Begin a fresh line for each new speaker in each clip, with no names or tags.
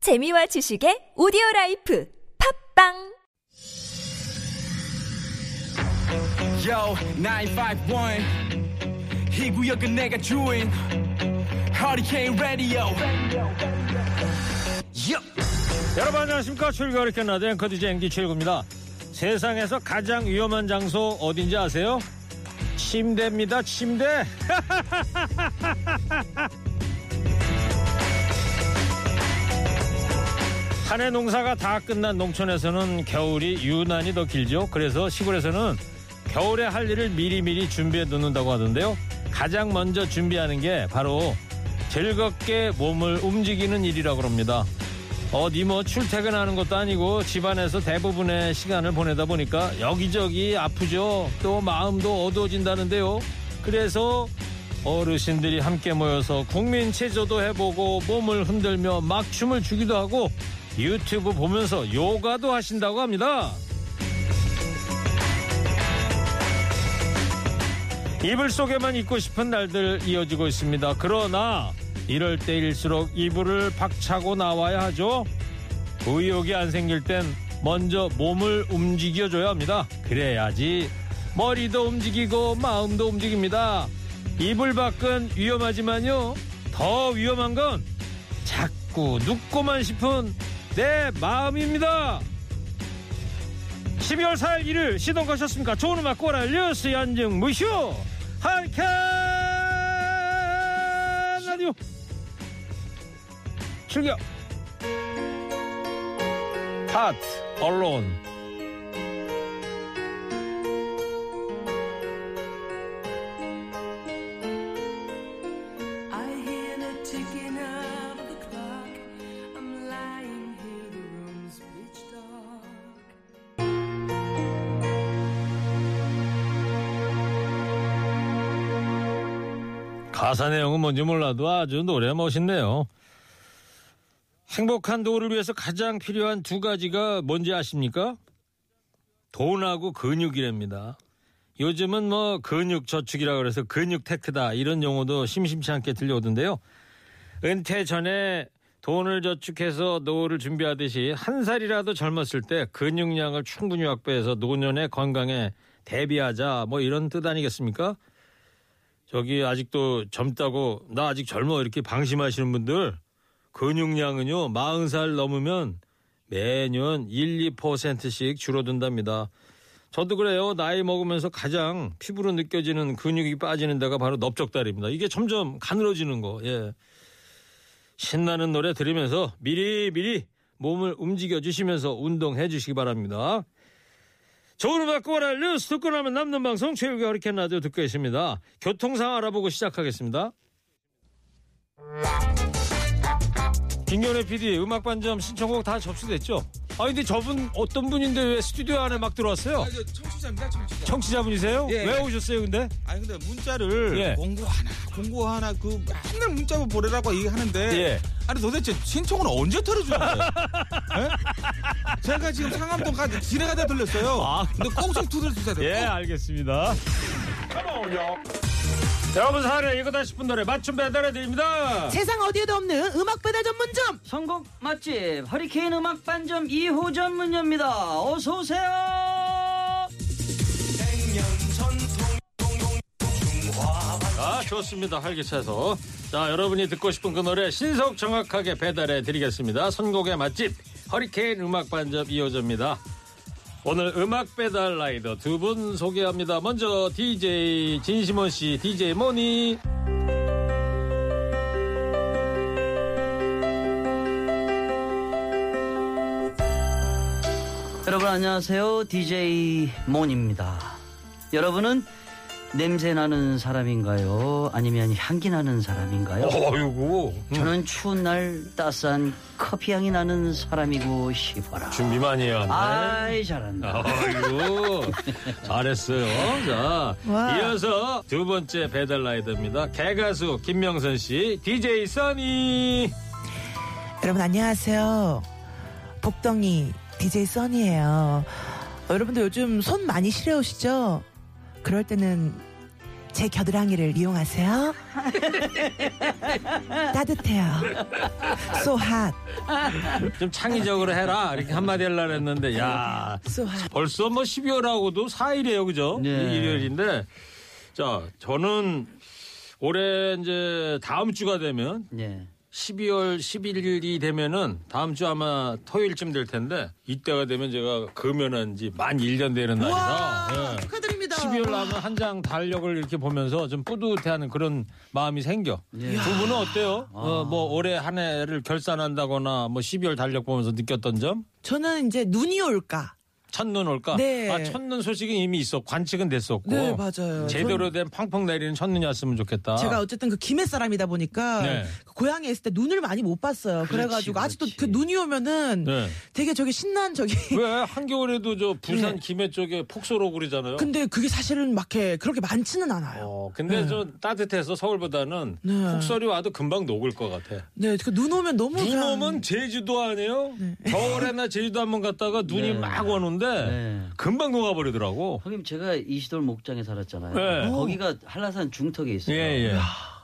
재미와 지식의 오디오 라이프 팝빵
Yo, 951. 이 구역은 내가 주인. Hurricane Radio. Yup.
여러분 안녕하십니까 출발 이렇게 나도 앵커 DJ 앵디 최일구입니다 세상에서 가장 위험한 장소 어딘지 아세요? 침대입니다 침대 한 해 농사가 다 끝난 농촌에서는 겨울이 유난히 더 길죠 그래서 시골에서는 겨울에 할 일을 미리미리 준비해 놓는다고 하던데요 가장 먼저 준비하는 게 바로 즐겁게 몸을 움직이는 일이라고 합니다 어디 뭐 출퇴근하는 것도 아니고 집안에서 대부분의 시간을 보내다 보니까 여기저기 아프죠. 또 마음도 어두워진다는데요. 그래서 어르신들이 함께 모여서 국민 체조도 해보고 몸을 흔들며 막 춤을 추기도 하고 유튜브 보면서 요가도 하신다고 합니다. 이불 속에만 있고 싶은 날들 이어지고 있습니다. 그러나 이럴 때일수록 이불을 박차고 나와야 하죠. 의욕이 안 생길 땐 먼저 몸을 움직여줘야 합니다. 그래야지 머리도 움직이고 마음도 움직입니다. 이불 밖은 위험하지만요. 더 위험한 건 자꾸 눕고만 싶은 내 마음입니다. 12월 4일 일요일 시동 가셨습니까? 좋은 음악 꼬라 뉴스 연중 무쇼 한캔 라디오 출격 하트 언론
I hear the ticking of the clock. I'm lying here, the room's pitch dark.
가사 내용은 뭔지 몰라도 아주 노래 멋있네요. 행복한 도를 위해서 가장 필요한 두 가지가 뭔지 아십니까? 돈하고 근육이랍니다. 요즘은 뭐 근육 저축이라 그래서 근육 테크다 이런 용어도 심심치 않게 들려오던데요. 은퇴 전에 돈을 저축해서 노후를 준비하듯이 한 살이라도 젊었을 때 근육량을 충분히 확보해서 노년의 건강에 대비하자 뭐 이런 뜻 아니겠습니까? 저기 아직도 젊다고 나 아직 젊어 이렇게 방심하시는 분들 근육량은요 40살 넘으면 매년 1, 2%씩 줄어든답니다. 저도 그래요. 나이 먹으면서 가장 피부로 느껴지는 근육이 빠지는 데가 바로 넓적다리입니다. 이게 점점 가늘어지는 거. 예. 신나는 노래 들으면서 미리 미리 몸을 움직여 주시면서 운동해 주시기 바랍니다. 좋은 음악 꼬라 뉴스 듣고 나면 남는 방송 최유기 허리케인 라디오 듣고 계십니다. 교통상 알아보고 시작하겠습니다. 김경래 PD 음악 반점 신청곡 다 접수됐죠? 아 근데 저분 어떤 분인데 왜 스튜디오 안에 막 들어왔어요?
아, 저 청취자입니다, 청취자.
청취자분이세요?
예.
왜 오셨어요 근데?
아니 근데 문자를
예.
공고 하나, 공고 하나 그 맨날 문자로 보내라고 얘기하는데
예.
아니 도대체 신청은 언제 털어주는 거예요? 예? 제가 지금 상암동까지 길에 가다 들렸어요.
아.
근데 꼭좀 두드려주셔야 돼요.
예 알겠습니다. 여러분 사례 이거다 싶은 노래 맞춤 배달해 드립니다.
세상 어디에도 없는 음악 배달 전문점
전국 맛집 허리케인 음악 반점 2호 전문입니다. 어서 오세요.
아, 좋습니다. 활기차서. 자, 여러분이 듣고 싶은 그 노래 신속 정확하게 배달해 드리겠습니다. 선곡의 맛집 허리케인 음악 반점 2호조입니다. 오늘 음악 배달 라이더 두 분 소개합니다. 먼저 DJ 진시몬 씨, DJ 모니.
여러분 안녕하세요. DJ 몬입니다. 여러분은 냄새 나는 사람인가요? 아니면 향기 나는 사람인가요?
어이구.
저는 추운 날 따스한 커피 향이 나는 사람이고 싶어라.
준비 많이 해왔네.
아이 잘한다.
아이고 잘했어요. 자
와.
이어서 두 번째 배달 라이더입니다. 개가수 김명선 씨, DJ 써니.
여러분 안녕하세요 복덩이 어, DJ 써니예요 여러분들 요즘 손 많이 시려우시죠 그럴 때는 제 겨드랑이를 이용하세요. 따뜻해요. So hot.
좀 창의적으로 해라 이렇게 한마디 하려고 했는데 야
So hot.
벌써 뭐 12월하고도 4일이에요 그죠?
네.
일요일인데 자 저는 올해 이제 다음 주가 되면
예.
12월 11일이 되면은 다음 주 아마 토요일쯤 될 텐데 이때가 되면 제가 금연한지 만 1년 되는 날이라
와
예.
축하드립니다.
12월 나면 한 장 달력을 이렇게 보면서 좀 뿌듯해하는 그런 마음이 생겨.
예.
두 분은 어때요?
아.
어, 뭐 올해 한 해를 결산한다거나 뭐 12월 달력 보면서 느꼈던 점?
저는 이제 눈이 올까.
첫눈 올까?
네.
아, 첫눈 소식은 이미 있어. 관측은 됐었고.
네 맞아요.
제대로 된 팡팡 내리는 첫눈이었으면 좋겠다.
제가 어쨌든 그 김해 사람이다 보니까
네.
그 고향에 있을 때 눈을 많이 못 봤어요. 그래가지고 아직도 그 눈이 오면은
네.
되게 저기 신난 저기.
왜 한겨울에도 저 부산
그 네.
김해 쪽에 폭설오 그러잖아요.
근데 그게 사실은 막 이렇게 그렇게 많지는 않아요.
어, 근데 좀 따뜻해서 서울보다는
네.
폭설이 와도 금방 녹을 것 같아.
네, 그 눈 오면 너무
눈
그냥-
오면 제주도 아니에요? 겨울에나 제주도 한번 갔다가 눈이
네.
막 오는데
네.
금방 녹아버리더라고.
형님 제가 이시돌 목장에 살았잖아요.
네.
거기가 한라산 중턱에 있어요.
예, 예.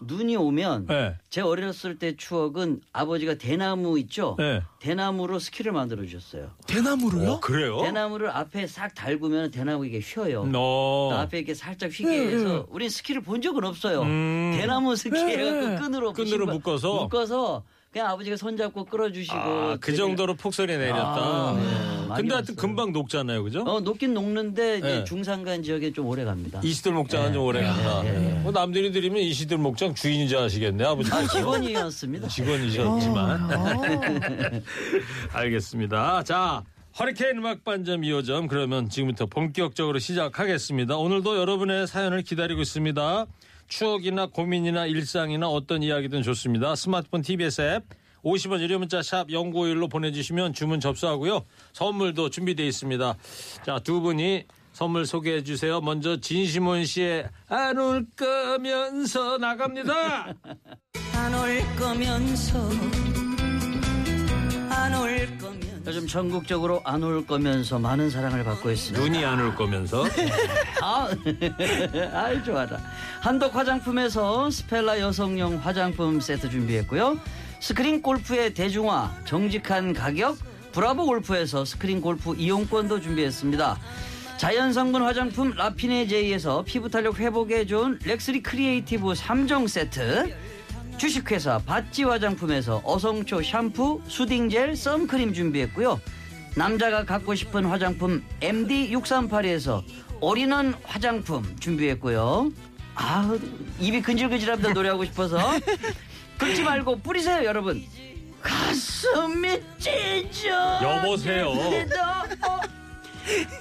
눈이 오면
예.
제 어렸을 때 추억은 아버지가 대나무 있죠.
예.
대나무로 스키를 만들어 주셨어요.
대나무로요?
어, 그래요?
대나무를 앞에 싹 달구면 대나무 이게 휘어요. 그
너.
앞에 이렇게 살짝 휘게 해서 우린 스키를 본 적은 없어요.
예, 음.
대나무 스키
네.
해갖고 끈으로
끈으로
신발-
묶어서?
묶어서 그냥 아버지가 손잡고 끌어주시고
아, 그
제가-
정도로 폭설이 내렸다.
아, 네. 많이
근데 하여튼
왔어요.
금방 녹잖아요, 그죠?
어 녹긴 녹는데 이제
네.
중산간 지역에 좀 오래 갑니다.
이시들 목장은 좀
네.
오래 간다. 뭐 남들이 들으면 이시들 목장 주인인 줄 아시겠네, 아버지.
아, 직원이었습니다.
직원이셨지만. 알겠습니다. 자, 허리케인 음악 반점 2호점 그러면 지금부터 본격적으로 시작하겠습니다. 오늘도 여러분의 사연을 기다리고 있습니다. 추억이나 고민이나 일상이나 어떤 이야기든 좋습니다. 스마트폰 TBS 앱 50원 유료 문자 샵 0951로 보내주시면 주문 접수하고요. 선물도 준비되어 있습니다. 자, 두 분이 선물 소개해 주세요. 먼저 진시몬 씨의 안 울 거면서 나갑니다.
요즘 전국적으로 안 올 거면서 많은 사랑을 받고 있습니다.
눈이 안 올 거면서.
아, 아이 좋아라. 한독 화장품에서 스펠라 여성용 화장품 세트 준비했고요. 스크린 골프의 대중화, 정직한 가격, 브라보 골프에서 스크린 골프 이용권도 준비했습니다. 자연 성분 화장품 라피네 제이에서 피부 탄력 회복에 좋은 렉스리 크리에이티브 3종 세트. 주식회사 바찌 화장품에서 어성초 샴푸, 수딩젤, 선크림 준비했고요. 남자가 갖고 싶은 화장품 MD638에서 올인원 화장품 준비했고요. 아, 입이 근질근질합니다. 노래하고 싶어서. 긁지 말고 뿌리세요, 여러분. 가슴이 찢어.
여보세요.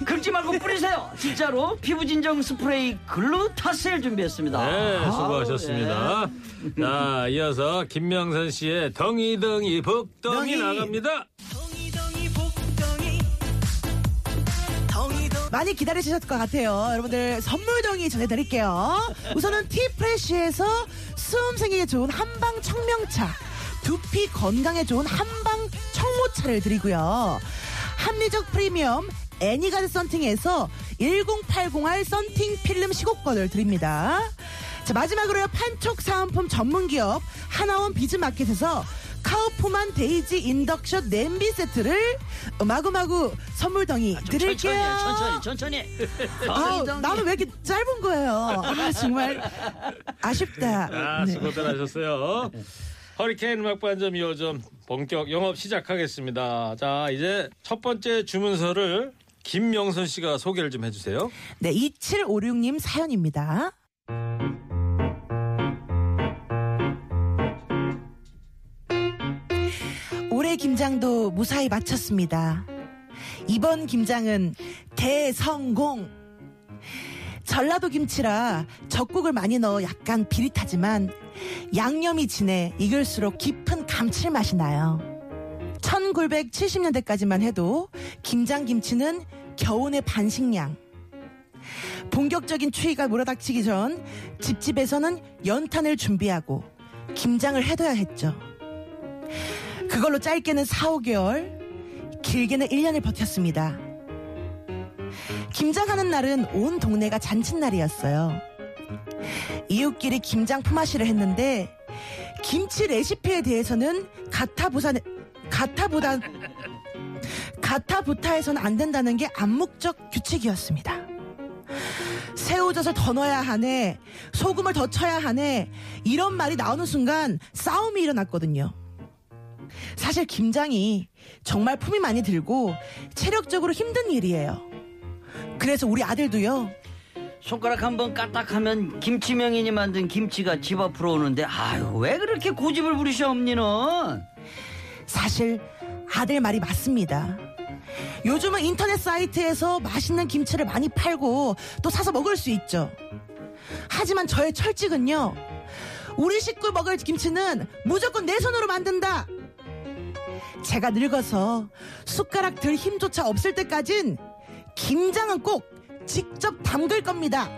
긁지 말고 뿌리세요. 진짜로 피부 진정 스프레이 글루타셀 준비했습니다. 예.
네, 수고하셨습니다.
예.
자, 이어서 김명선 씨의 덩이덩이 복덩이
덩이.
나갑니다.
많이 기다리셨을 것 같아요. 여러분들 선물덩이 전해드릴게요. 우선은 티프레쉬에서 수험생에게 좋은 한방 청명차, 두피 건강에 좋은 한방 청모차를 드리고요. 합리적 프리미엄 애니가드 썬팅에서 1080R 썬팅 필름 시공권을 드립니다. 자, 마지막으로요. 판촉 사은품 전문기업 하나원 비즈마켓에서 카우프만 데이지 인덕션 냄비 세트를 마구마구 선물덩이 드릴게요.
천천히, 천천히, 천천히.
아우,
덩이덩이.
나는 왜 이렇게 짧은 거예요? 아, 정말 아쉽다.
아,
네.
수고들 하셨어요. 허리케인 음악 반점 2호점 본격 영업 시작하겠습니다. 자, 이제 첫 번째 주문서를 김명선 씨가 소개를 좀 해주세요.
네, 2756님 사연입니다. 올해 김장도 무사히 마쳤습니다. 이번 김장은 대성공! 전라도 김치라 젓국을 많이 넣어 약간 비릿하지만 양념이 진해 익을수록 깊은 감칠맛이 나요. 1970년대까지만 해도 김장김치는 겨운의 반식량, 본격적인 추위가 몰아닥치기 전 집집에서는 연탄을 준비하고 김장을 해둬야 했죠. 그걸로 짧게는 4, 5개월, 길게는 1년을 버텼습니다. 김장하는 날은 온 동네가 잔칫날이었어요. 이웃끼리 김장 품앗이를 했는데 김치 레시피에 대해서는 가타부산 가타보다 가타부타에서는 안 된다는 게 암묵적 규칙이었습니다. 새우젓을 더 넣어야 하네, 소금을 더 쳐야 하네, 이런 말이 나오는 순간 싸움이 일어났거든요. 사실 김장이 정말 품이 많이 들고 체력적으로 힘든 일이에요. 그래서 우리 아들도요,
손가락 한 번 까딱하면 김치 명인이 만든 김치가 집 앞으로 오는데 아유 왜 그렇게 고집을 부리셔 엄니는
사실 아들 말이 맞습니다. 요즘은 인터넷 사이트에서 맛있는 김치를 많이 팔고 또 사서 먹을 수 있죠. 하지만 저의 철칙은요. 우리 식구 먹을 김치는 무조건 내 손으로 만든다. 제가 늙어서 숟가락 들 힘조차 없을 때까진 김장은 꼭 직접 담글 겁니다.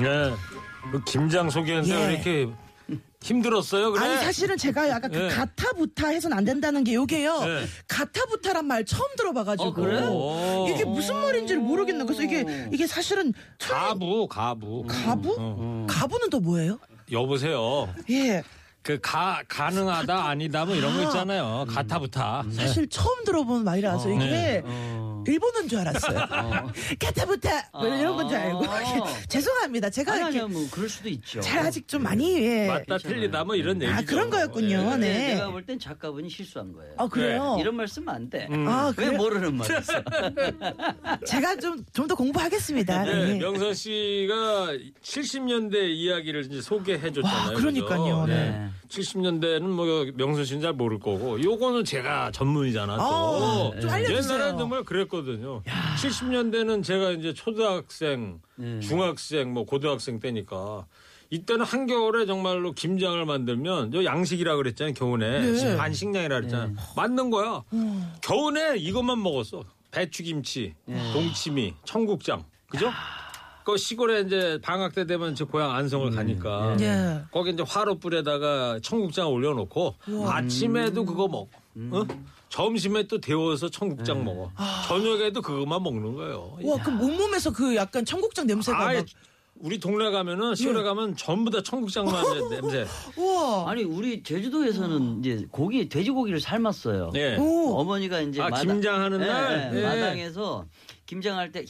네. 그 김장 소개하는데
예.
왜 이렇게 힘들었어요? 그래?
아니 사실은 제가 약간 그
예.
가타부타 해선 안 된다는 게 요게요
예.
가타부타란 말 처음 들어봐가지고
어, 그래?
오.
이게 무슨 말인지를 모르겠는 그래서 이게 이게 사실은 처음-
가부, 가부.
가부 가부는 또 뭐예요?
여보세요.
예
그 가, 가능하다, 아니다, 뭐 이런 거 있잖아요.
음.
가타부타.
사실 처음 들어본 말이라서 이게 일본어인 줄 알았어요 가타부타 뭐 이런 건 줄 알고
어.
죄송합니다 제가
아니
그러니까 이렇게
아니야 뭐 그럴 수도 있죠
잘 아직 좀 많이 예.
맞다, 틀리다, 뭐 이런 얘기죠.
아 그런
예.
거였군요
근데
네.
내가 볼 땐 작가분이 실수한 거예요
아 그래요?
이런 말 쓰면 안돼왜
아 그래
모르는 말이어
제가 좀 좀 더 공부하겠습니다.
네,
예.
명선 씨가 70년대 이야기를 이제 소개해 줬잖아요.
와, 그러니까요. 네.
70년대는 뭐 명선 씨는 잘 모를 거고 요거는 제가 전문이잖아. 또. 네,
아, 좀 알려주세요.
옛날에는 정말 그랬거든요. 70년대는 제가 이제 초등학생, 중학생, 뭐 고등학생 때니까 이때는 한겨울에 정말로 김장을 만들면 저 양식이라 그랬잖아요. 겨우내
네.
반식량이라 그랬잖아요. 맞는 거야. 겨우내 이것만 먹었어. 배추김치, 동치미, 청국장. 그죠? 그 시골에 이제 방학 때 되면 제 고향 안성을 가니까
예.
거기 이제 화로불에다가 청국장 올려놓고
음.
아침에도 그거 먹어. 어? 점심에 또 데워서 청국장
음.
먹어.
아.
저녁에도 그것만 먹는 거예요.
와 그럼 온몸에서 그 약간 청국장 냄새가 예.
아예
막
우리 동네 가면은 시골에 가면 전부 다 청국장만 냄새.
우와
아니 우리 제주도에서는 이제 고기 돼지고기를 삶았어요
네.
예.
오
어머니가 이제
아, 김장하는
예,
날?
예,
예.
마당에서 김장할 때 야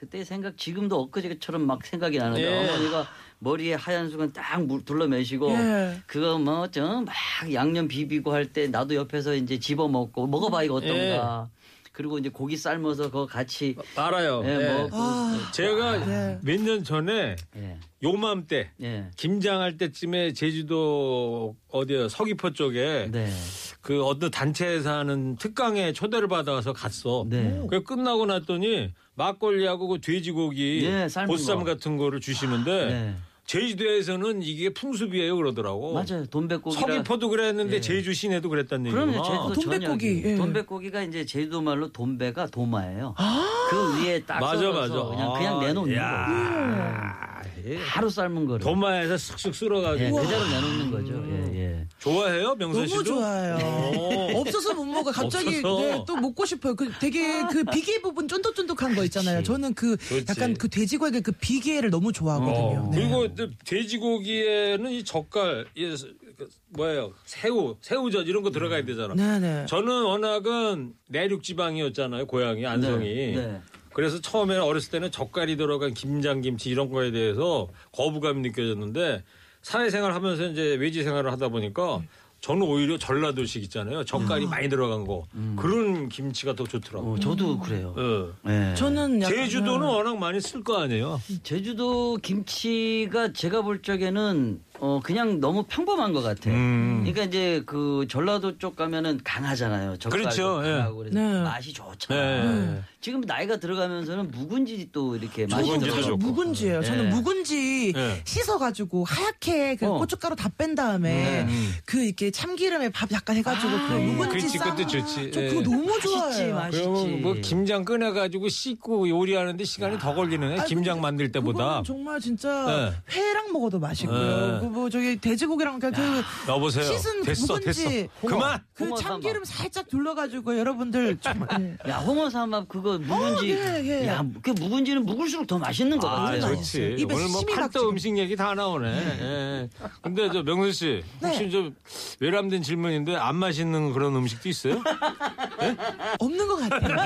그때 생각 지금도 엊그제처럼 막 생각이 나는데
예.
어머니가 머리에 하얀 수건 딱 물- 둘러매시고
예.
그거 뭐좀막 양념 비비고 할 때 나도 옆에서 이제 집어 먹고 먹어봐 이거 어떤가 그리고 이제 고기 삶아서 그거 같이
알아요.
예,
예.
먹고
아,
제가
네.
몇 년 전에
예.
요맘때
예.
김장할 때쯤에 제주도 어디요 서귀포 쪽에
네.
그 어느 단체에서 하는 특강에 초대를 받아서 갔어.
네.
그 끝나고 났더니 막걸리하고 그 돼지고기
예, 삶은
보쌈
거.
같은 거를 주시는데
네.
제주도에서는 이게 풍습이에요 그러더라고.
맞아요. 돈백고기라
서귀포도 그랬는데
예.
제주 시내도 그랬다는 얘기구나.
그럼요. 제주도
돈백고기,
전역이.
예.
아, 돈백고기가 이제 제주도 말로 돈배가 도마예요.
아.
그 위에 딱
맞아,
썰어서
맞아.
그냥 그냥
아,
내놓는
야.
아, 거예요. 바로 삶은 거를.
도마에서 쓱쓱
예,
쓸어가지고
그대로 내놓는 거죠.
음.
예, 예.
좋아해요 명선 씨도.
너무 좋아요.
네.
오.
없어서 못 먹어. 갑자기
없어서.
네, 또 먹고 싶어요. 그 되게 그 비계 부분 쫀득쫀득한 거 있잖아요. 저는 그 약간 그 돼지고기 그 비계를 너무 좋아하거든요. 네.
어, 그리고 또 돼지고기에는 이 젓갈, 이 그 뭐예요, 새우, 새우젓 이런 거 들어가야 되잖아.
네네.
저는 워낙은 내륙 지방이었잖아요, 고향이 안성이.
네.
그래서 처음에는 어렸을 때는 젓갈이 들어간 김장김치 이런 거에 대해서 거부감이 느껴졌는데 사회생활 하면서 이제 외지 생활을 하다 보니까 저는 오히려 전라도식 있잖아요. 젓갈이 많이 들어간 거. 그런 김치가 더 좋더라고요.
어,
음.
저도 그래요.
예.
예.
저는 약간
제주도는 워낙 많이 쓸 거 아니에요.
음, 제주도 김치가 제가 볼 적에는 어 그냥 너무 평범한 것 같아요.
음.
그러니까 이제 그 전라도 쪽 가면은 강하잖아요. 젓갈도
그렇죠, 예.
강하고 그래서
네. 음.
맛이 좋잖아요.
네.
지금 나이가 들어가면서는 묵은지 또 이렇게 맛이
묵은지도
들어가고.
좋고.
묵은지예요. 저는
예.
묵은지
예.
씻어가지고 하얗게 그
어.
고춧가루 다 뺀 다음에 그 이렇게 참기름에 밥 약간 해가지고 그 묵은지
아, 그렇지,
쌈.
그것도 좋지.
저
예.
그거 너무
맛있지,
좋아해요.
맛있지.
그러면 뭐 김장 꺼내가지고 씻고 요리하는데 시간이 더 걸리네.
아니,
예, 김장
근데
만들 때보다. 예.
그거는 정말 진짜 회랑 먹어도 맛있고요.
네.
그 뭐 저기 돼지고기랑 그냥 그
여보세요.
씻은
됐어,
묵은지
됐어. 그만.
그
고마워, 네.
참기름 살짝 둘러가지고 여러분들 정말 예.
야 홍어 삼합 그거 묵은지
예, 예.
야 그 묵은지는 묵을수록 더 맛있는 것
아,
같아요.
네.
좋지.
입에
오늘 뭐
침이 막
팔도
지금.
음식 얘기 다 나오네. 예. 근데 저 명수 씨, 혹시
네.
좀 외람된 질문인데 안 맛있는 그런 음식도 있어요?
없는 것
네.
같아요.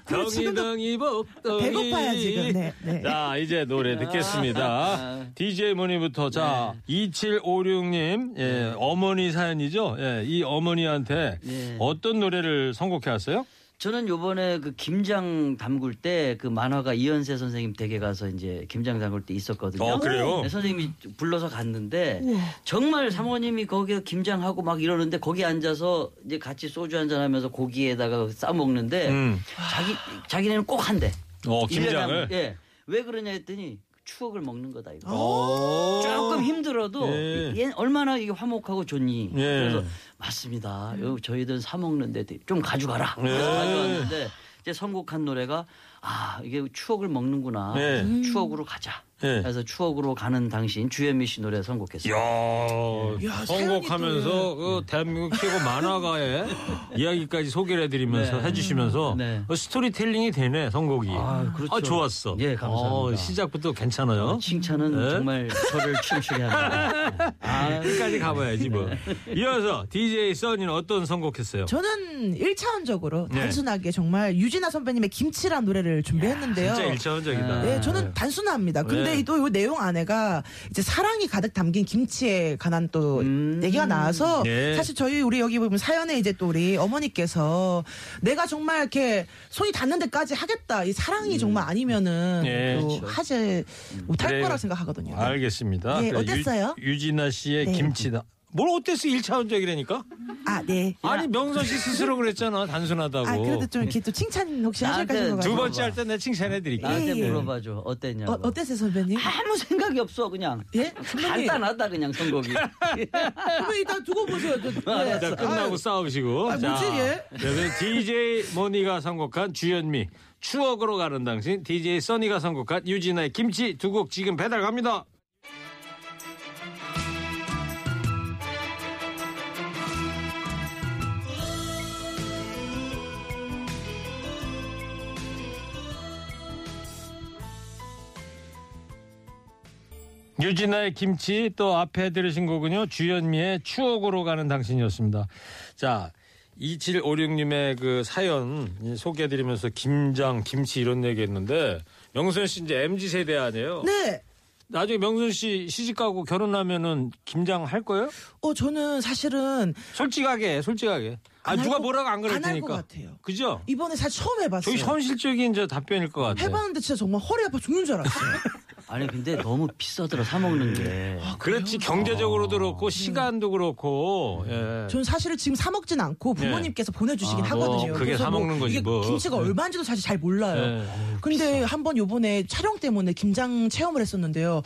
그리고 지금도
덩이덩이 복덩이.
배고파요, 지금. 네, 네.
자, 이제 노래 듣겠습니다.
아.
DJ 모니부터 자,
네.
2756님, 예, 어머니 사연이죠? 예, 이 어머니한테
예.
어떤 노래를 선곡해 왔어요?
저는 요번에 그 김장 담글 때 그 만화가 이현세 선생님 댁에 가서 이제 김장 담글 때 있었거든요.
어, 그래요?
네, 선생님이 불러서 갔는데 정말 사모님이 거기서 김장하고 막 이러는데 거기 앉아서 이제 같이 소주 한잔 하면서 고기에다가 싸 먹는데
음.
자기 자기네는 꼭 한대.
어,
일년에
김장을.
한- 예. 왜 그러냐 했더니 추억을 먹는 거다 이거. 조금 힘들어도
예.
얘 얼마나 이게 화목하고 좋니.
예.
그래서 맞습니다. 요 저희들은 사 먹는데 좀 가져가라.
예.
그래서 가져왔는데 이제 선곡한 노래가 아 이게 추억을 먹는구나. 음.
예.
음.
추억으로 가자.
예.
그래서 추억으로 가는 당신 주현미 씨 노래 선곡했어요.
이야,
야,
선곡하면서 그 대한민국 최고 만화가의 이야기까지 소개를 해드리면서
네.
해주시면서
네.
어, 스토리텔링이 되네, 선곡이.
아, 그렇죠.
좋았어.
예, 감사합니다. 어,
어, 시작부터 괜찮아요.
칭찬은
예.
정말 저를 춤추게 합니다. 아,
끝까지 가봐야지 뭐. 이어서 DJ 써니는 어떤 선곡했어요?
저는 1차원적으로
네.
단순하게 정말 유진아 선배님의 김치란 노래를 준비했는데요.
진짜 일차원적이다.
네, 저는 단순합니다.
아, 네.
근데 또 이 내용 안에가 이제 사랑이 가득 담긴 김치에 관한 또
음.
얘기가 나와서
예.
사실 저희 우리 여기 보면 사연에 이제 또 우리 어머니께서 내가 정말 이렇게 손이 닿는 데까지 하겠다. 이 사랑이 정말 아니면은
예,
또 하지
음.
못할
그래요.
거라 생각하거든요.
알겠습니다.
네,
그래,
어땠어요?
유, 진아 씨의
네.
김치다. 뭘 어땠어? 1차원적이라니까?
아, 네.
아니, 명선 씨 스스로 그랬잖아. 단순하다고.
아, 그래도 좀 이렇게 또 칭찬 혹시 하실까
나한테
싶어가지고.
두 번째 할 때 내 칭찬해 드릴게요.
나한테
예, 예.
물어봐줘 어땠냐고.
어, 어땠어요, 선배님?
아무 생각이 없어 그냥.
예?
아,
선배님.
간단하다 그냥 선곡이.
선배님, 일단 두고 보세요. 저- 네.
자, 아, 끝나고 싸우시고.
아, 뭐지, 얘?
그래서 DJ 모니가 선곡한 주현미. 추억으로 가는 당신. DJ 써니가 선곡한 유진아의 김치 두 곡 지금 배달 갑니다. 유진아의 김치 또 앞에 들으신 곡은요 주현미의 추억으로 가는 당신이었습니다. 자 2756님의 그 사연 이 소개해드리면서 김장 김치 이런 얘기했는데 명순 씨 이제 mz 세대 아니에요?
네.
나중에 명순 씨 시집가고 결혼하면은 김장 할 거예요?
어, 저는 사실은
솔직하게 솔직하게. 아
안
누가
할 거-
뭐라고 안 그럴
안할
테니까.
것 같아요.
그죠?
이번에 사실 처음 해봤어요.
저기 현실적인 이제 답변일 것 같아.
해봤는데 진짜 정말 허리 아파 죽는 줄 알았어요.
아니 근데 너무 비싸더라 사 먹는 게.
아,
아, 그렇지 경제적으로도 그렇고 시간도 그렇고. 예.
음. 저는 사실은 지금 사 먹진 않고 부모님께서 보내주시긴
네. 아, 뭐
하거든요.
그게
그래서
사 먹는 거지,
이게
뭐.
김치가
네.
얼마인지도 사실 잘 몰라요.
네.
근데 한번 요번에 촬영 때문에 김장 체험을 했었는데요.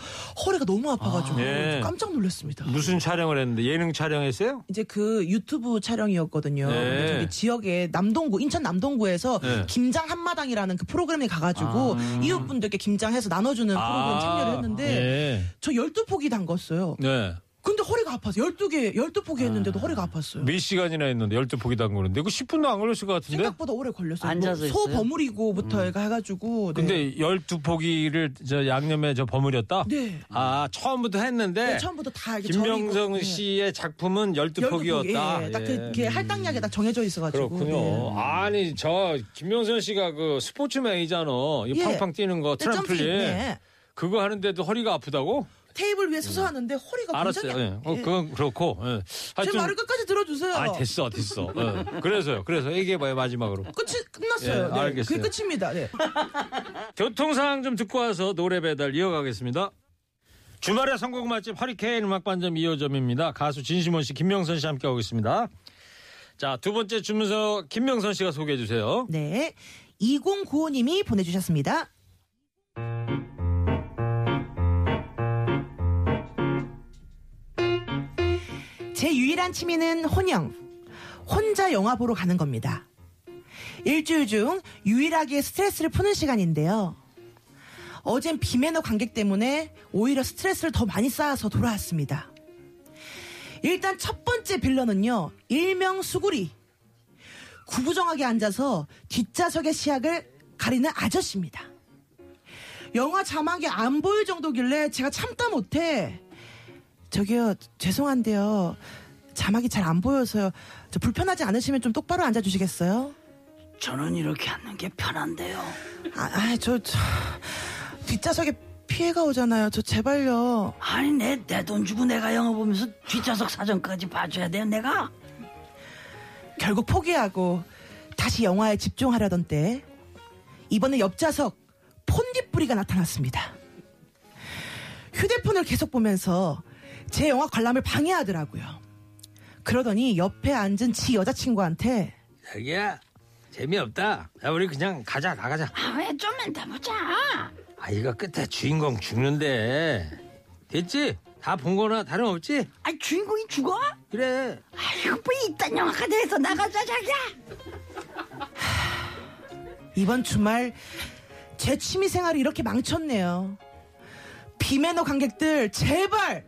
허리가 너무 아파가지고
예.
깜짝 놀랐습니다.
무슨 촬영을 했는데 예능 촬영했어요?
이제 그 유튜브
네.
촬영이었거든요. 근데 저기 지역에 남동구, 인천 남동구에서
네. 아.
김장 한마당이라는 그 프로그램에 가가지고 이웃분들께 김장해서 나눠주는 프로그램 참여를 했는데 저 12포기 담궜어요.
네. 네.
근데 허리가 아파서 12개, 12포기 했는데도 허리가 아팠어요.
몇 시간이나 했는데 열두 포기 담그는데 그 10분도 안 걸렸을 것 같은데.
생각보다 오래 걸렸어요. 뭐
앉아서
소
했어요?
버무리고부터 얘가 해가지고. 네.
음. 근데 열두 포기를 저 양념에 저 버무렸다.
네.
아 처음부터 했는데.
네, 처음부터 다 이렇게
김명성
정의고,
씨의 작품은 열두
네.
포기였다. 음.
열두 포기, 예. 딱 그게 할당량에 딱 정해져 있어가지고.
그렇군요.
네.
아니 저 김명선 씨가 그 스포츠맨이잖아. 이
예.
팡팡 뛰는 거
네, 점프,
아, 트램플린
네.
그거 하는데도 허리가 아프다고?
테이블 위에 서서 하는데 허리가
음. 알았어요.
굉장히.
예. 어, 그건 그렇고. 예.
제
하여튼-
말을 끝까지 들어주세요.
아 됐어 됐어. 어. 그래서요. 그래서 얘기해봐요 마지막으로.
끝이 끝났어요.
예,
네,
알겠어요.
그게 끝입니다. 네.
교통 상황 좀 듣고 와서 노래 배달 이어가겠습니다. 주말의 선곡 맛집 허리케인 음악반점 2호점입니다. 가수 진심원 씨, 김명선 씨 함께하고 있습니다. 자, 두 번째 주문서 김명선 씨가 소개해 주세요.
네. 2095님이 보내주셨습니다. 제 유일한 취미는 혼영. 혼자 영화 보러 가는 겁니다. 일주일 중 유일하게 스트레스를 푸는 시간인데요. 어젠 비매너 관객 때문에 오히려 스트레스를 더 많이 쌓아서 돌아왔습니다. 일단 첫 번째 빌런은요, 일명 수구리. 구부정하게 앉아서 뒷좌석의 시야를 가리는 아저씨입니다. 영화 자막이 안 보일 정도길래 제가 참다 못해. 저기요, 죄송한데요. 자막이 잘 안 보여서요. 저 불편하지 않으시면 좀 똑바로 앉아주시겠어요?
저는 이렇게 앉는 게 편한데요.
아, 아, 저, 저 뒷좌석에 피해가 오잖아요. 저 제발요.
아니 내 내 돈 주고 내가 영화 보면서 뒷좌석 사정까지 봐줘야 돼요 내가?
결국 포기하고 다시 영화에 집중하려던 때 이번에 옆좌석 폰디뿌리가 나타났습니다. 휴대폰을 계속 보면서 제 영화 관람을 방해하더라고요. 그러더니 옆에 앉은 지 여자친구한테
자기야 재미없다. 야 우리 그냥 가자 나가자.
아왜 좀만 더 보자.
아이가 끝에 주인공 죽는데 됐지? 다 본 거나 다름없지?
아 주인공이 죽어?
그래
아이고 뭐 이딴 영화가 돼서 나가자 자기야.
이번 주말 제 취미 생활을 이렇게 망쳤네요. 비매너 관객들 제발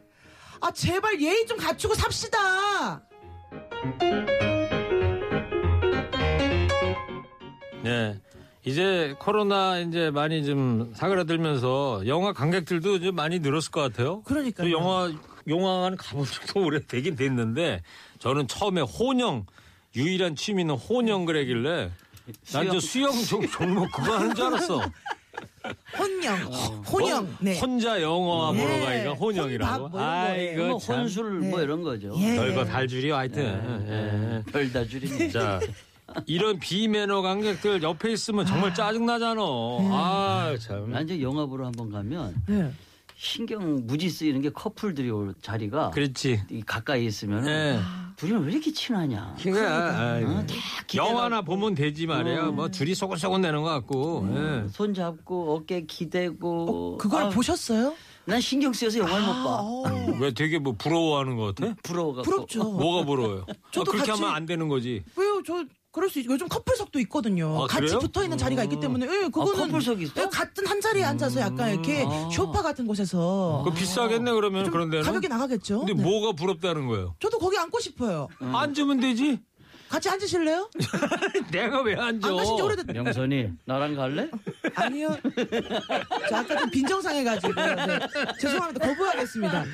아 제발 예의 좀 갖추고 삽시다.
네. 이제 코로나 이제 많이 좀 사그라들면서 영화 관객들도 좀 많이 늘었을 것 같아요.
그러니까요.
저 영화 영화관 가본 지도 오래 되긴 됐는데 저는 처음에 혼영 유일한 취미는 혼영 그래길래 난 저 수영 종- 종목 그거 하는 줄 알았어.
혼영, 혼영,
혼-
네.
어? 혼자 영화 보러
네.
가니까 혼영이라고.
혼밥 뭐 네. 이런 거예요.
아이고
뭐
참.
혼술 뭐
네.
이런 거죠.
예.
별거 달 줄이요 하여튼. 예.
별다 줄이네.
자, 이런 비매너 관객들 옆에 있으면 정말 짜증나잖아. 아, 참.
난 이제 영화 보러 한번 가면
네.
신경 무지 쓰이는 게 커플들이 올 자리가
그렇지.
이 가까이 있으면
예.
네.
둘이 왜 이렇게 친하냐.
그러니까 아이고. 영화나 보면 되지 말이야.
어.
뭐 줄이 소곤소곤 내는 것 같고.
네.
예.
손 잡고 어깨 기대고.
어, 그걸
아,
보셨어요?
난 신경 쓰여서 영화를 못 봐.
어.
왜 되게 뭐 부러워하는 것 같아?
부러워갖고.
부럽죠.
어, 뭐가 부러워요?
어.
아,
저도
그렇게
같이-
하면 안 되는 거지.
왜요? 저 그럴 수 있죠. 요즘 커플석도 있거든요.
아,
같이
그래요? 음. 아,
붙어 있는 자리가 있기 때문에 예, 그거는
커플석이 있어?
예, 같은 한 자리에 앉아서 약간 이렇게
아.
쇼파 같은 곳에서
어, 그거 비싸겠네 그러면
아. 좀
그런 데는.
가볍게 나가겠죠.
근데
네.
뭐가 부럽다는 거예요?
저도 거기 앉고 싶어요.
앉으면 되지.
같이 앉으실래요?
내가 왜 앉아?
네. 안 가신 지 오래됐.
명선이 나랑 갈래?
아니요. 저 아까 좀 빈정상해가지고 네. 죄송합니다. 거부하겠습니다. 네.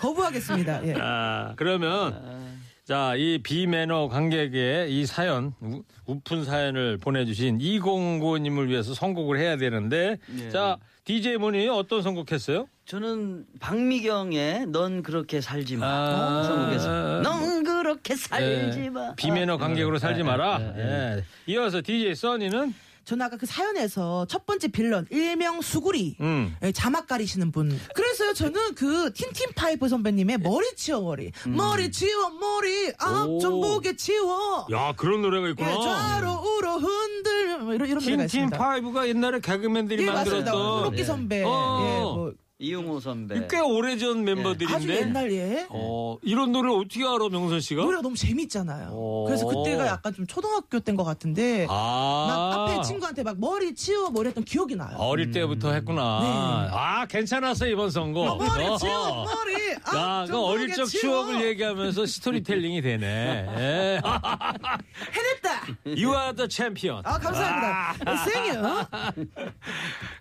거부하겠습니다. 예.
아, 그러면 자, 이 비매너 관객의 이 사연, 우, 우픈 사연을 보내주신 209님을 위해서 선곡을 해야 되는데,
예.
자, DJ 모니 어떤 선곡했어요?
저는 박미경의 넌 그렇게 살지 마.
아.
성국에서. 넌
뭐.
그렇게 살지
네.
예.
마.
비매너 관객으로 살지 마라. 예. 이어서 DJ 써니는
저는 아까 그 사연에서 첫 번째 빌런 일명 수구리
음.
예, 자막 가리시는 분. 그래서요 저는 그 틴틴 파이브 선배님의 머리 치워 머리
음.
머리 치워 머리 아, 앞좀 보게 치워.
야 그런 노래가
예, 좌로 우로 흔들 뭐 이런 이런 노래가
틴틴
있습니다.
파이브가 옛날에 개그맨들이
예 맞습니다.
만들었던
호로키 선배.
어.
예, 뭐
이용호 선배.
꽤 오래전 멤버들인데
아주 옛날 예.
어, 이런 노래 어떻게 알아 명선 씨가?
노래가 너무 재밌잖아요.
오.
그래서 그때가 약간 좀 초등학교 때인 것 같은데
어. 아
막 앞에 친구한테 막 머리 치워 머리 했던 기억이 나요.
어릴 때부터 했구나.
음. 네.
아 괜찮았어 이번 선곡.
어, 머리 치워
어허.
머리.
야,
아,
그 어릴 적 추억을 얘기하면서 스토리텔링이 되네. 예.
해냈다.
You are the champion.
아 감사합니다. 생요. 어?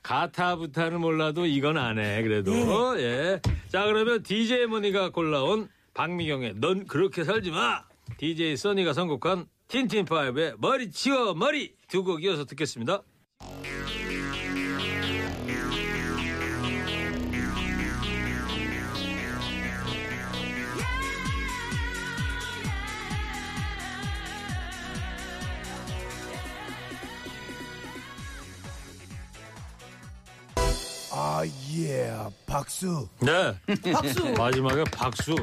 가타부타는 몰라도 이건 안 해. 그래도
네.
예. 자 그러면 DJ 모니가 골라온 박미경의 넌 그렇게 살지 마. DJ 써니가 선곡한 틴틴 파이브의 머리 치워 머리 두 곡 이어서 듣겠습니다.
아, 예. 박수.
네. 박수. 마지막에 박수.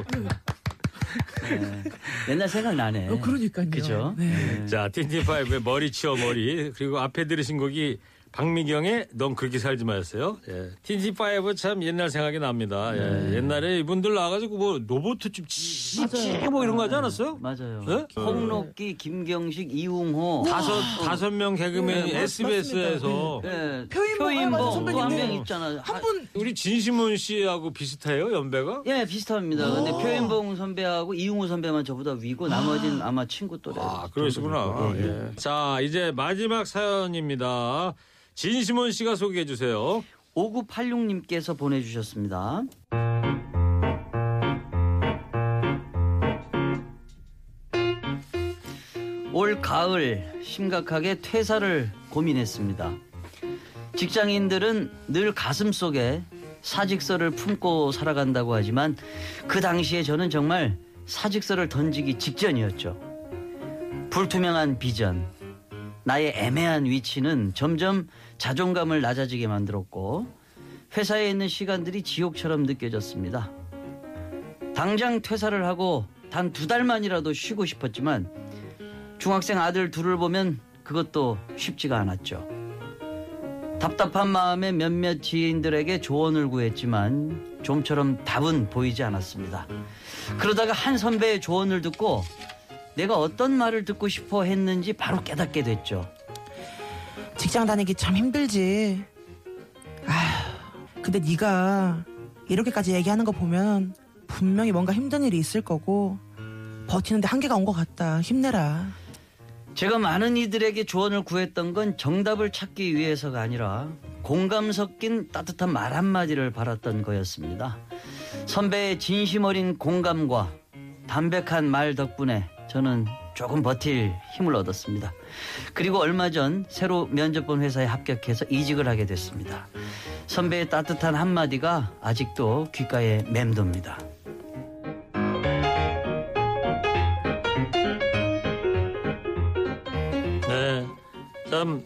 옛날 생각나네.
어, 그러니까요.
그죠?
네.
자, 틴틴파이브의 머리 치어 머리. 그리고 앞에 들으신 곡이 박미경의 넌 그렇게 살지 마였어요. 예. TG5 참 옛날 생각이 납니다. 예. 옛날에 이분들 나와가지고 뭐 로보트집 찌뭐 이런 거 하지 않았어요?
맞아요.
네?
예?
홍록기, 김경식, 이웅호
다섯 다섯 명 개그맨이
네, 맞-
SBS에서 네.
예,
표인봉, 아, 맞아, 선배님.
또한명 있잖아요. 아,
한분
우리 진시문 씨하고 비슷해요 연배가?
예, 비슷합니다. 근데 표인봉 선배하고 이웅호 선배만 저보다 위고 나머지는 아마 친구 또래.
아 그러시구나. 예. 자 이제 마지막 사연입니다. 진시문 씨가 소개해 주세요.
5986님께서 보내주셨습니다. 올 가을 심각하게 퇴사를 고민했습니다. 직장인들은 늘 가슴 속에 사직서를 품고 살아간다고 하지만 그 당시에 저는 정말 사직서를 던지기 직전이었죠. 불투명한 비전, 나의 애매한 위치는 점점 자존감을 낮아지게 만들었고 회사에 있는 시간들이 지옥처럼 느껴졌습니다. 당장 퇴사를 하고 단 두 달만이라도 쉬고 싶었지만 중학생 아들 둘을 보면 그것도 쉽지가 않았죠. 답답한 마음에 몇몇 지인들에게 조언을 구했지만 좀처럼 답은 보이지 않았습니다. 그러다가 한 선배의 조언을 듣고 내가 어떤 말을 듣고 싶어 했는지 바로 깨닫게 됐죠.
직장 다니기 참 힘들지. 아, 근데 네가 이렇게까지 얘기하는 거 보면 분명히 뭔가 힘든 일이 있을 거고 버티는데 한계가 온 것 같다. 힘내라.
제가 많은 이들에게 조언을 구했던 건 정답을 찾기 위해서가 아니라 공감 섞인 따뜻한 말 한마디를 바랐던 거였습니다. 선배의 진심 어린 공감과 담백한 말 덕분에 저는 조금 버틸 힘을 얻었습니다. 그리고 얼마 전 새로 면접 본 회사에 합격해서 이직을 하게 됐습니다. 선배의 따뜻한 한마디가 아직도 귓가에 맴돕니다.
네. 참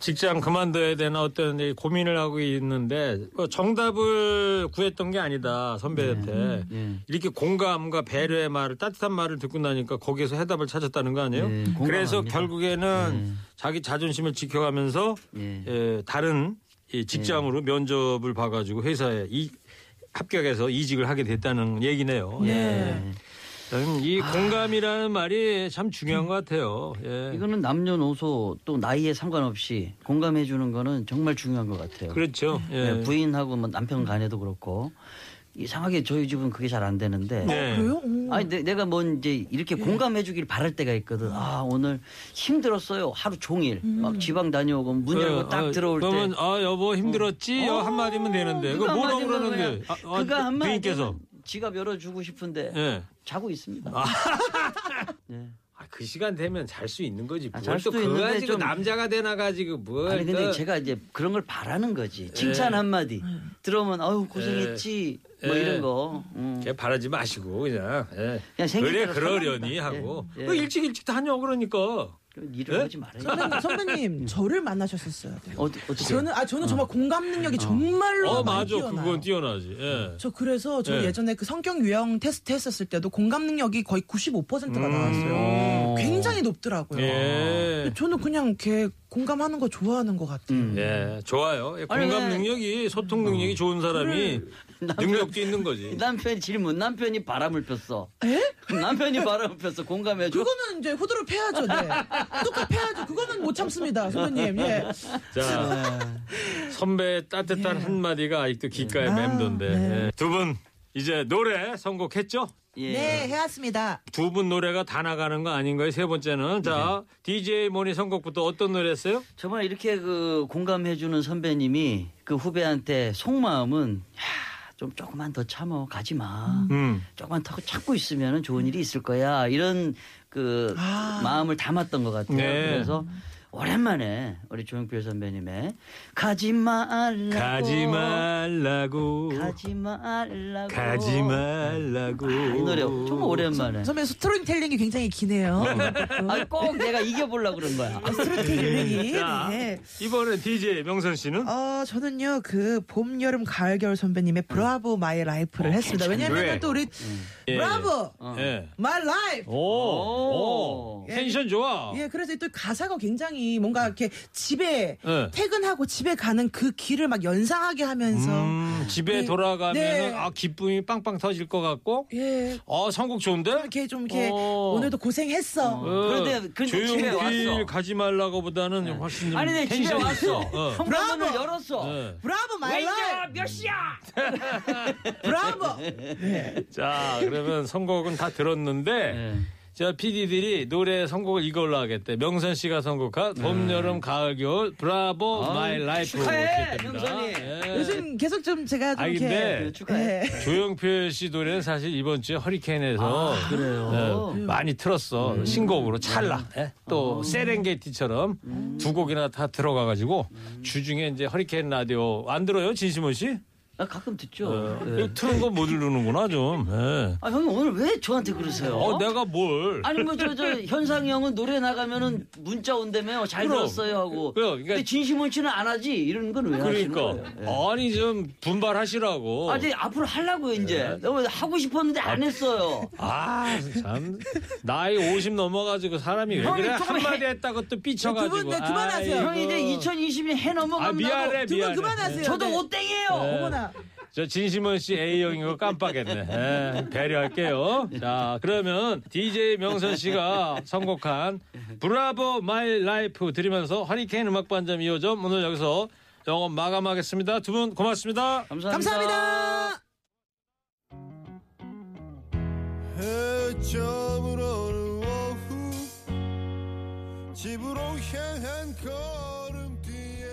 직장 그만둬야 되나 어떤 이 고민을 하고 있는데 뭐 정답을 구했던 게 아니다 선배한테
네.
이렇게 공감과 배려의 말을 따뜻한 말을 듣고 나니까 거기에서 해답을 찾았다는 거 아니에요?
네,
그래서
공감합니다.
결국에는
네.
자기 자존심을 지켜가면서
예.
예, 다른 이 직장으로
네.
면접을 봐가지고 회사에 이, 합격해서 이직을 하게 됐다는 얘기네요. 예. 저는 이 공감이라는 말이 참 중요한 것 같아요. 예.
이거는 남녀노소 또 나이에 상관없이 공감해 주는 거는 정말 중요한 것 같아요.
그렇죠. 예.
네, 부인하고 뭐 남편 간에도 그렇고 이상하게 저희 집은 그게 잘 안 되는데
예.
네.
그래요? 어. 오.
아니 내, 가뭐 이제 이렇게 공감해 주길 바랄 때가 있거든. 아 오늘 힘들었어요. 하루 종일 막 지방 다녀오고 문
그래,
열고 딱
아,
들어올 때
그러면 아 여보 힘들었지 어, 한마디면 되는데 그거 뭐라고
한마디면
그러는데
그냥
아, 아,
그거 한마디
부인께서
지갑 열어주고 싶은데
예.
자고 있습니다. 네.
아, 그 시간 되면 잘 수 있는 거지.
아,
뭘
잘
또
수도
그거
있는데
가지고
좀-
남자가 되나 가지고 뭘.
아니 근데
그러니까
또-
제가 이제 그런 걸 바라는 거지 칭찬
예.
한마디 들어오면 아유 고생했지 뭐
예.
이런 거 음.
그냥 바라지 마시고 그냥. 예.
그냥 생긴
그래
대로
그러려니
살아라.
하고
예, 예.
그 일찍 일찍 다녀 그러니까.
일을 하지 말아요
선배님, 선배님 저를 만나셨었어야 돼요.
어디 어떻게
저는 아 저는 정말 공감 능력이 정말로
네. 어
많이
맞아
뛰어나요.
그건 뛰어나지 예.
저 그래서 저
예.
예전에 그 성격 유형 테스트 했었을 때도 공감 능력이 거의 95%가
음.
나왔어요. 굉장히
음.
높더라고요.
예.
근데 저는 그냥 걔 공감하는 거 좋아하는 것 같아요.
음.
예, 좋아요. 예, 공감
아니, 음.
능력이 소통 능력이 좋은 사람이 능력도 있는 거지.
남편 질문 남편이 바람을 폈어 남편이 바람을 폈어 공감해줘
예? 그거는 이제 후드로 패야죠. 네. 뚝뚝 패야죠. 그거는 못 참습니다, 선배님. 예.
자, 선배의 따뜻한 한마디가 아직도 귓가에 맴돈데. 예. 두분 이제 노래 선곡했죠?
예.
네, 해왔습니다.
두 분 노래가 다 나가는 거 아닌가요? 세 번째는 자 DJ 모니 선곡부터 어떤 노래였어요?
정말 이렇게 그 공감해주는 선배님이 그 후배한테 속마음은 야, 좀 조금만 더 참어 가지 마
음.
조금만 더 참고 있으면 좋은 일이 있을 거야 이런 그 마음을 담았던 것 같아요.
네.
그래서 오랜만에 우리 조용필 선배님의 가지 말라고
가지 말라고
가지 말라고 아,
가지 말라고
네. 이 노래 정말 오랜만에
선배 스토리텔링이 굉장히 기네요.
아, 꼭 내가 이겨보려고 그런 거야.
스토리텔링이.
예.
자,
네.
이번에 DJ 명선 씨는
어, 저는요, 그, 봄, 여름, 가을, 겨울 선배님의 브라보 마이 라이프를
어,
했습니다.
왜?
왜냐면 또 우리,
예.
브라보!
예.
마이 라이프!
오, 오, 텐션 좋아. 어.
예,
예, 그래서 또 가사가 굉장히
감정이 뭔가 이렇게 집에
네.
퇴근하고 집에 가는 그 길을 막 연상하게 하면서
음, 집에
네.
돌아가면
네.
아 기쁨이 빵빵 터질 것 같고
예
아 선곡 좋은데
이렇게 좀 이렇게
어.
오늘도 고생했어.
그런데- 그런데 집에
조용필
왔어. 네.
가지 말라고보다는 훨씬 좀
아니 내 집에
텐션이
왔어.
어.
현관문을
브라보.
열었어.
네.
브라보 마이 라이프
몇 시야?
브라보.
자 그러면 선곡은 다
네. 예.
들었는데 자 PD들이 노래 선곡을 이걸로 하겠대 명선 씨가 선곡한 봄 여름 가을 겨울 브라보
네. 아유,
마이 라이프 네.
축하해, 명선이.
요즘 계속 좀 제가 좀
아
이렇게
근데
네, 축하해.
예.
조용필 씨 노래는 사실 이번 주에 허리케인에서
아, 그래요. 음.
네, 많이 틀었어 신곡으로 찰나 예. 또
아.
세렝게티처럼 두 곡이나 다 들어가가지고
음.
주중에 이제 허리케인 라디오 안 들어요 진심원 씨?
아, 가끔 듣죠.
어,
네.
이거 틀은 거 못 이루는구나 좀. 예.
아 형님 오늘 왜 저한테 그러세요?
어 내가 뭘?
아니 뭐 저 저 현상 형은 노래 나가면은 문자 온다며 잘
그럼.
들었어요 하고.
그럼, 그러니까-
근데 진심원 씨는 안 하지 이런 건 왜 하시는
그러니까 어.
거예요? 예.
아니 좀 분발하시라고.
아, 이제 앞으로 하려고
네.
이제. 너무 하고 싶었는데 안 했어요.
아 참 나이 50 넘어가지고 사람이 왜
형이
그래
조금
한마디 했다고 또 삐쳐가지고.
네, 두 분, 네, 그만하세요.
아이고.
형이 이제 2020년 해
아
넘어간다고.
미안해
두분
미안해.
그만하세요.
저도
네.
오땡이에요.
어머나.
저 진심원 씨 A 형인 거 깜빡했네. 예, 배려할게요. 자 그러면 DJ 명선 씨가 선곡한 브라보 마이 라이프 들으면서 허리케인 음악 반점 2호점 오늘 여기서 영업 마감하겠습니다. 두 분 고맙습니다.
감사합니다.
해점으로 오후 집으로 향한 걸음 뒤에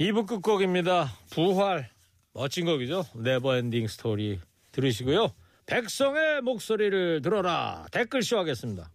2부 끝곡입니다. 부활. 멋진 곡이죠. 네버엔딩 스토리 들으시고요. 백성의 목소리를 들어라. 댓글쇼 하겠습니다.